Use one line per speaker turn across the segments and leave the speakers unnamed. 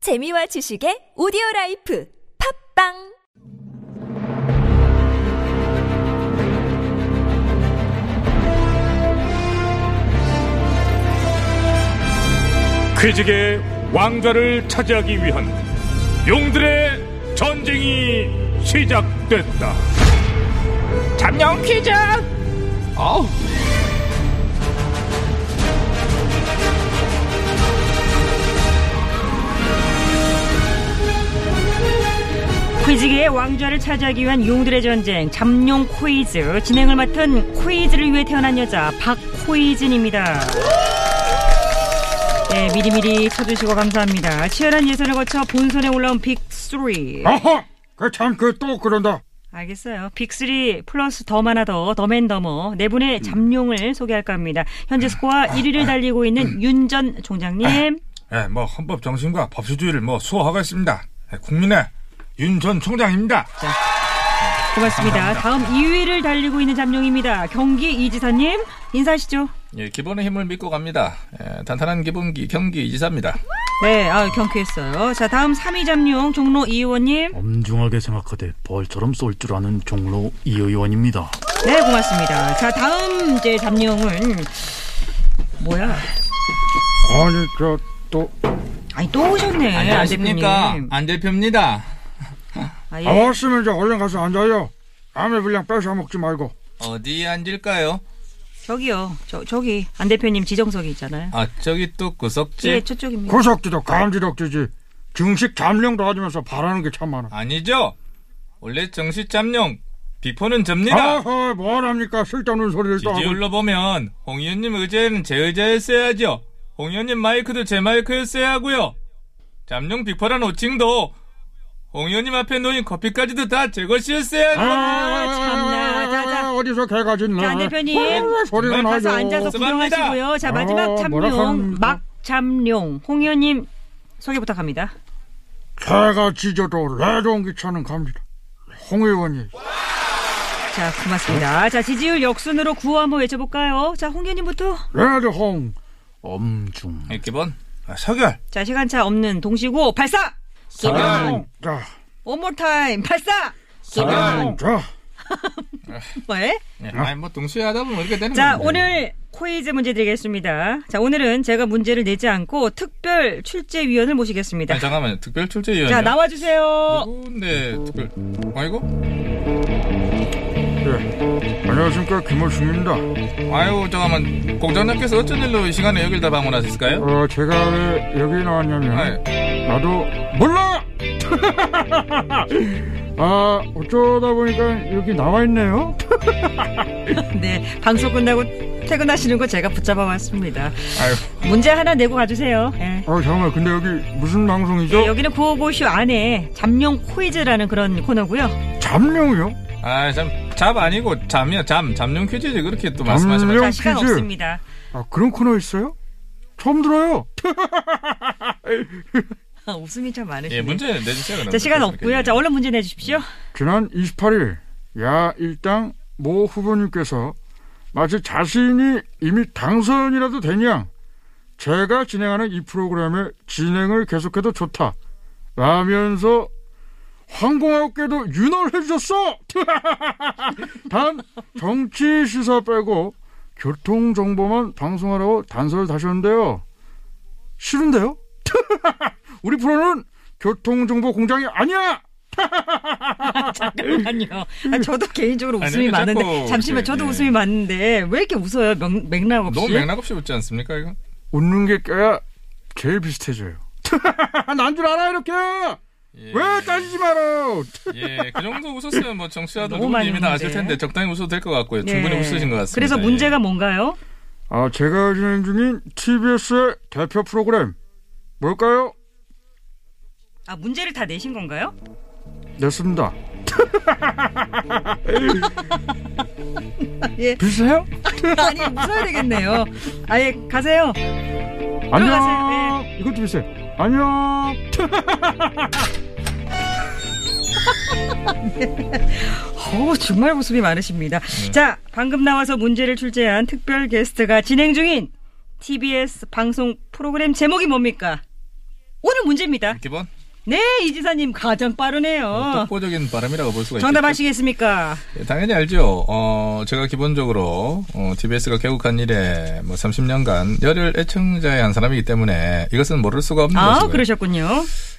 재미와 지식의 오디오 라이프 팝빵
퀴직의 왕좌를 차지하기 위한 용들의 전쟁이 시작됐다.
잠룡 퀴즈! 어우,
퀴즈계의 왕좌를 차지하기 위한 용들의 전쟁 잠룡 코이즈 진행을 맡은 코이즈를 위해 태어난 여자 박코이즈입니다. 네 미리미리 쳐주시고 감사합니다. 치열한 예선을 거쳐 본선에 올라온 빅3
어허! 그참 그 또 그런다.
알겠어요. 빅3 플러스 더 많아 더 더맨 더머 네 분의 잠룡을 소개할까 합니다. 현재 스코어 1위를 달리고 있는 윤 전 총장님
예, 뭐 헌법 정신과 법치주의를 뭐 수호하고 있습니다. 예, 국민의 윤 전 총장입니다.
고맙습니다. 다음 2위를 달리고 있는 잠룡입니다. 경기 이지사님 인사하시죠.
예, 기본의 힘을 믿고 갑니다. 예, 단단한 기본기 경기 지사입니다.
네, 아, 경쾌했어요. 자, 다음 3위 잠룡 종로 이 의원님.
엄중하게 생각하되 벌처럼 쏠 줄 아는 종로 이 의원입니다.
네, 고맙습니다. 자, 다음 이제 잠룡은 뭐야?
아니 저또
아니 또 오셨네. 안
예, 안녕하십니까?
대표님.
안 대표입니다.
아,
아,
예.
왔으면 이제 얼른 가서 앉아요. 남의 분량 뺏어 먹지 말고.
어디에 앉을까요?
저기요, 저 저기 안 대표님 지정석이 있잖아요.
아, 저기 또 구석지?
예, 저쪽입니다.
구석지도 감지덕지지. 증식 잠룡도 하면서 바라는 게 참 많아.
아니죠? 원래 정시 잠룡, 비포는 접니다.
아허 뭐랍니까 쓸데없는 소리를 또 하고.
지지율로 보면 홍 의원님 의자는 제 의자였어야죠. 홍 의원님 마이크도 제 마이크였어야 하고요. 잠룡 비포란 호칭도 홍 의원님 앞에 놓인 커피까지도 다 제 것이었어야 하고
아,
참나. 자, 자.
어디서 개가 짖나.
자, 안 대표님. 네,
어, 소리가
정말
가서
나죠.
앉아서
죄송합니다.
구경하시고요. 자, 마지막
아, 뭐라
잠룡
하는-
막 잠룡 홍 의원님 소개 부탁합니다.
개가 짖어도 레종기차는 갑니다. 홍 의원이
자, 고맙습니다. 자, 지지율 역순으로 구호 한번 외쳐볼까요? 자, 홍 의원님부터.
레드홍
엄중.
예, 기본.
아, 서결.
자, 시간차 없는 동시고 발사.
서결. 자,
One more time 발사.
자,
왜?
예,
어?
아니, 뭐, 동시에 하다 보면 이렇게 되는
자,
거죠.
오늘 코이즈 문제 드리겠습니다. 자, 오늘은 제가 문제를 내지 않고 특별 출제위원을 모시겠습니다.
아, 잠깐만요. 특별 출제위원.
자, 나와주세요.
누군데 특별? 아이고,
예. 안녕하십니까 김호중입니다.
아유, 잠깐만. 공장장께서 어쩐 일로 이 시간에 여길 다 방문하셨을까요?
어, 제가 왜 여기 나왔냐면
아이,
나도 몰라. 아 어쩌다 보니까 여기 나와 있네요.
음.
네, 방송 끝나고 퇴근하시는 거 제가 붙잡아 왔습니다.
아유,
문제 하나 내고 가주세요. 예.
아 잠깐만 근데 여기 무슨 방송이죠?
어?
예, 여기는 구호고쇼 안에 잠룡 코이즈라는 그런 코너고요.
잠룡이요?
아, 참, 잡 아니고 잠이야, 잠. 잠룡 퀴즈지. 그렇게 또 말씀하시면.
잠룡?
자, 시간
퀴즈.
없습니다.
아 그런 코너 있어요? 처음 들어요.
아, 웃음이 참 많으시네요.
예, 문제 내주세요. 그럼.
자, 시간 없고요. 자, 얼른 문제 내주십시오.
지난 28일 야 일당 모 후보님께서 마치 자신이 이미 당선이라도 되냐 제가 진행하는 이 프로그램의 진행을 계속해도 좋다 라면서 황공하게도 윤호를 해주셨어 단 정치 시사 빼고 교통 정보만 방송하라고 단서를 다셨는데요 싫은데요 우리 프로는 교통 정보 공장이 아니야
잠깐만요. 아, 저도 개인적으로
음. 아니,
웃음이
근데 자꾸
많은데 잠시만
이렇게,
저도
예.
웃음이 많은데 왜 이렇게 웃어요? 명, 맥락 없이.
너무 맥락 없이 웃지 않습니까, 이거?
웃는 게 껴야 제일 비슷해져요. 난 줄 알아 이렇게.
예.
왜 따지지 마라.
예, 그 정도 웃었으면 뭐, 정치하던
너무 많이
누구님이 나 아실
웃는데.
텐데, 적당히 웃어도 될 것 같고요.
예.
충분히 웃으신 것 같습니다.
그래서
예.
문제가 뭔가요?
아 제가 진행 중인 TBS의 대표 프로그램 뭘까요?
아 문제를 다 내신 건가요?
냈습니다.
예.
비슷해요?
아니 웃어야 되겠네요. 아예 가세요.
안녕. 이것도 비슷해. 안녕.
어우 정말 웃음이 많으십니다.
네.
자 방금 나와서 문제를 출제한 특별 게스트가 진행 중인 TBS 방송 프로그램 제목이 뭡니까? 오늘 문제입니다.
기본
네, 이지사님 가장 빠르네요.
독보적인 어, 바람이라고 볼 수가 있죠.
어. 정답 아시겠습니까?
예, 당연히 알죠. 어, 제가 기본적으로 어, TBS가 개국한 이래 뭐 30년간 열혈 애청자의 한 사람이기 때문에 이것은 모를 수가 없는
아,
것이고요.
그러셨군요.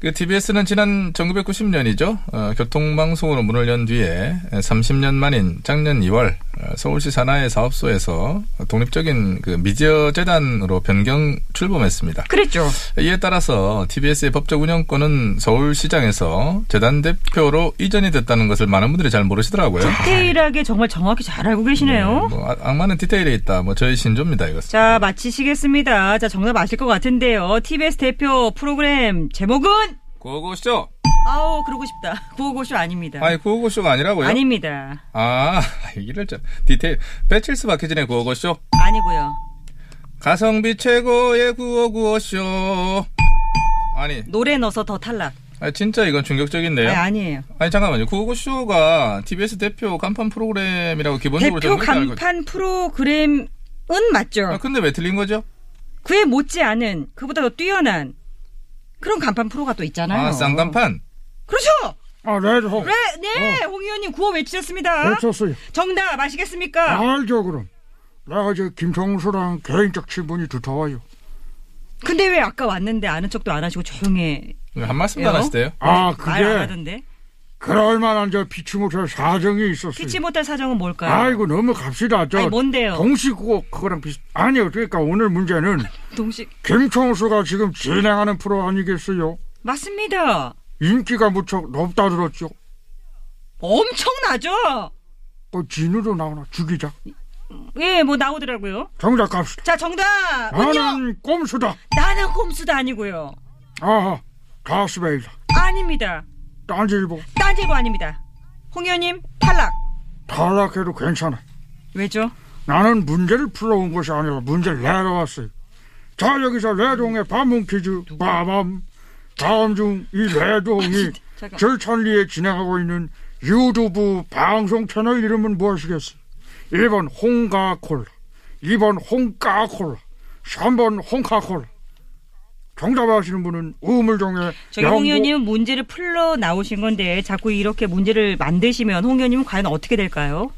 그 TBS는 지난 1990년이죠. 어, 교통방송으로 문을 연 뒤에 30년 만인 작년 2월 어, 서울시 산하의 사업소에서 독립적인 그 미디어 재단으로 변경 출범했습니다.
그랬죠.
이에 따라서 TBS의 법적 운영권은 서울시장에서 재단 대표로 이전이 됐다는 것을 많은 분들이 잘 모르시더라고요.
디테일하게 정말 정확히 잘 알고 계시네요.
뭐 아- 악마는 디테일에 있다. 뭐 저희 신조입니다 이것. 은
자, 마치시겠습니다. 자, 정답 아실 것 같은데요. TBS 대표 프로그램 제목은?
구호고쇼.
아우, 그러고 싶다. 구호고쇼 아닙니다.
아니 구호고쇼가 아니라고요?
아닙니다.
아 이럴 줄 디테일. 배칠수 박혜진의 구호고쇼.
아니고요.
가성비 최고의 구호구호쇼. 아니,
노래 넣어서 더 탈락.
아, 진짜 이건 충격적인데요.
아니,
아니,
아니에요.
잠깐만요. 구호구호쇼가 TBS 대표 간판 프로그램이라고 기본적으로
대표
저는 그렇게 알고
간판 프로그램은 맞죠.
아, 근데 왜 틀린 거죠?
그에 못지않은 그보다 더 뛰어난 그런 간판 프로가 또 있잖아요.
아, 쌍간판. 어.
그렇죠.
아, 네, 저,
네, 네, 홍 의원님 구호 외치셨습니다.
그렇죠.
외쳤어요.
정답 아시겠습니까?
알죠, 그럼. 나 어제 아, 김청수랑 개인적 친분이 두터워요.
근데 왜 아까 왔는데 아는 척도 안 하시고 조용해?
한 말씀도
왜요?
안 하시대요.
아,
말안
그게
하던데.
그럴 만한 저 피치 못할 사정이 있었어요.
피치 못할 사정은 뭘까요?
그 아이고, 넘어갑시다. 저
아니, 뭔데요?
동시 그거, 그거랑 비슷. 아니요, 그러니까 오늘 문제는
동식
김청수가 지금 진행하는 프로 아니겠어요?
맞습니다.
인기가 무척 높다 들었죠.
엄청나죠?
뭐 진으로 나오나 죽이자.
예, 뭐 나오더라고요.
정답 갑시다.
자, 정답은요.
나는 꼼수다.
나는 꼼수도 아니고요.
아하, 가스베이다.
아닙니다.
딴지일보
딴지고 아닙니다. 홍 의원님 탈락.
탈락해도 괜찮아.
왜죠?
나는 문제를 풀러온 것이 아니라 문제를 내러 왔어요. 자 여기서 레동의 반문 퀴즈 빠밤 다음 중 이 레동이
아, 잠깐.
절찬리에 진행하고 있는 유튜브 방송 채널 이름은 무엇이겠어요? 1번 홍가콜라 2번 홍까콜라 3번 홍카콜라 정답 아시는 분은 우물정의
저희 홍 의원님은 문제를 풀러 나오신 건데 자꾸 이렇게 문제를 만드시면 홍 의원님은 과연 어떻게 될까요?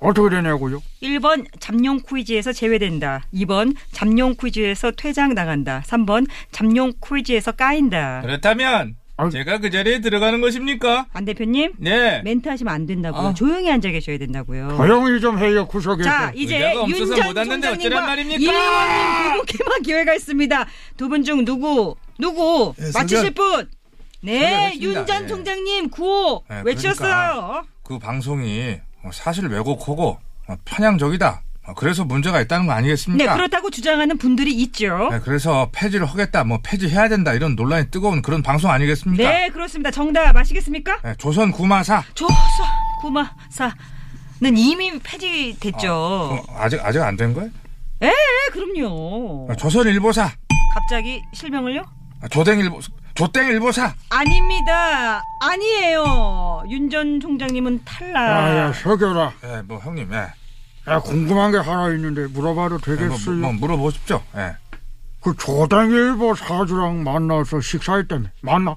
어떻게 되냐고요?
1번 잠룡 퀴즈에서 제외된다. 2번 잠룡 퀴즈에서 퇴장 당한다. 3번 잠룡 퀴즈에서 까인다.
그렇다면
아유.
제가 그 자리에 들어가는 것입니까?
안 대표님
네.
멘트 하시면 안 된다고요.
아.
조용히 앉아 계셔야 된다고요.
조용히 좀 해요 구석에서
자 이제
의자가 없어서
윤전
못 앉는데
총장님과
어쩌란 말입니까?
이 의원님 두 분께만 기회가 있습니다. 두 분 중 누구 누구
예,
맞히실
선별.
분? 네,
선별했습니다.
윤 전
예.
총장님 구호
네, 그러니까.
예,
외치셨어요. 네,
그 방송이
뭐
어, 사실 왜곡하고 어, 편향적이다. 어, 그래서 문제가 있다는 거
그러니까.
네,
아니겠습니까?
그렇다고 주장하는 분들이 있죠.
네, 그래서 폐지를 하겠다, 뭐 폐지해야 된다 이런 논란이 뜨거운 그런 방송
그러니까.
아니겠습니까?
네, 그렇습니다. 정답 아시겠습니까?
네, 조선 구마사
조선 구마사는 이미 폐지됐죠.
어, 아직 아직 안 된 거예요?
예, 그럼요.
아,
어, 조선 일보사,
갑자기 실명을요?
아, 조댕 일보, 조땡 일보사.
아닙니다. 아니에요. 윤 전 총장님은 탈락.
아야 석열아
예, 뭐 형님, 예,
야, 궁금한 게 하나 있는데 물어봐도
예, 뭐,
되겠어요?
뭐 물어보십시오. 예.
그 조당일보 사주랑 만나서 식사했다며 만나?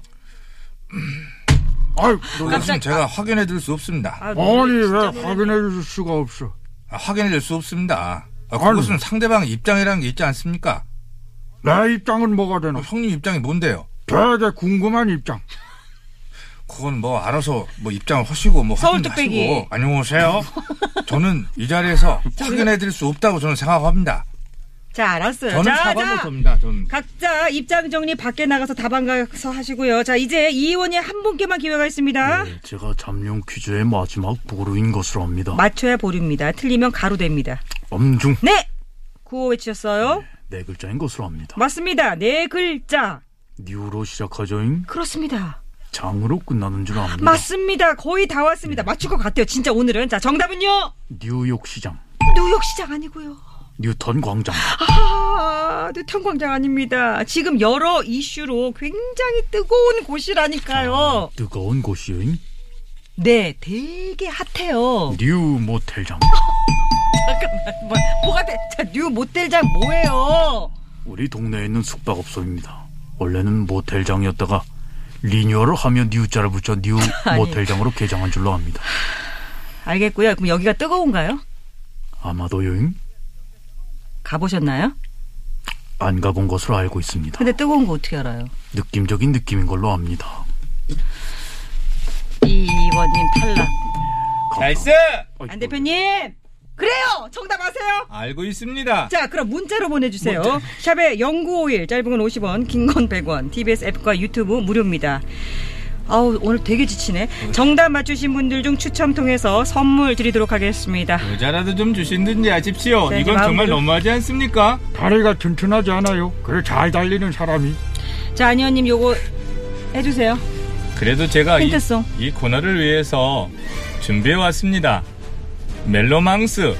아이
그것은 제가 확인해 드릴 수 없습니다.
아,
아니
노래
왜
진짜
확인해 줄 수가 없어
아, 확인해 드릴 수 없습니다. 아, 그것은 상대방 입장이라는 게 있지 않습니까?
내 입장은 뭐가 되나
어, 형님 입장이 뭔데요?
되게 궁금한 입장
그건 뭐 알아서 뭐 입장을 하시고 뭐
서울
확인하시고.
뚝배기.
안녕하세요. 저는 이 자리에서 확인해 드릴 수 없다고 저는 생각합니다.
자, 알았어요.
저는
자,
사과
자.
못합니다. 저는.
각자 입장 정리 밖에 나가서 다방 가서 하시고요. 자, 이제 이 의원이 한 분께만 기회가 있습니다.
네, 제가 잠룡 퀴즈의 마지막 보루인 것으로 압니다.
맞춰야 보류입니다. 틀리면 가루됩니다.
엄중
네! 구호 외치셨어요?
네 글자인 것으로 압니다.
맞습니다. 네 글자.
뉴로 시작하죠잉
그렇습니다.
장으로 끝나는 줄 압니다.
맞습니다. 거의 다 왔습니다. 맞출 것 같아요. 진짜 오늘은. 자, 정답은요?
뉴욕 시장,
뉴욕시장 아니고요.
뉴턴 광장.
아, 뉴턴광장 아닙니다. 지금 여러 이슈로 굉장히 뜨거운 곳이라니까요.
뜨거운 곳이잉
네, 되게 핫해요.
뉴 모텔장.
잠깐만, 뭐, 뭐가 돼? 자, 뉴 모텔장 뭐예요?
우리 동네에 있는 숙박업소입니다. 원래는 모텔장이었다가 리뉴얼을 하며 뉴자를 붙여 뉴
아니.
모텔장으로 개장한 줄로 압니다.
알겠고요. 그럼 여기가 뜨거운가요?
아마도 요임
가보셨나요?
안 가본 것으로 알고 있습니다.
근데 뜨거운 거 어떻게 알아요?
느낌적인 느낌인 걸로 압니다.
이번님 탈락.
나이스!
안 대표님! 그래요! 정답 아세요?
알고 있습니다.
자, 그럼 문자로 보내주세요. 샵에 0951, 짧은 건 50원, 긴 건 100원, TBS 앱과 유튜브 무료입니다. 아우, 오늘 되게 지치네. 정답 맞추신 분들 중 추첨 통해서 선물 드리도록 하겠습니다.
여자라도 좀 주신든지 하십시오.
자, 네, 이제
이건 정말
마음으로.
너무하지 않습니까?
다리가 튼튼하지 않아요. 그래 잘 달리는 사람이.
자, 안희원님 요거 해주세요.
그래도 제가 이,
힌트송.
이 코너를 위해서 준비해 왔습니다. 멜로망스,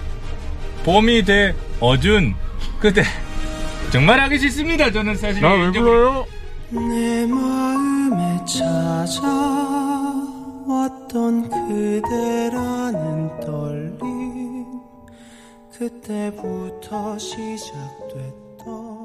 봄이 돼 어준, 그대. 정말 하기 싫습니다. 저는 사실
나
네,
왜
개인적으로.
불러요?
내 마음에 찾아왔던 그대라는 떨림 그때부터 시작됐던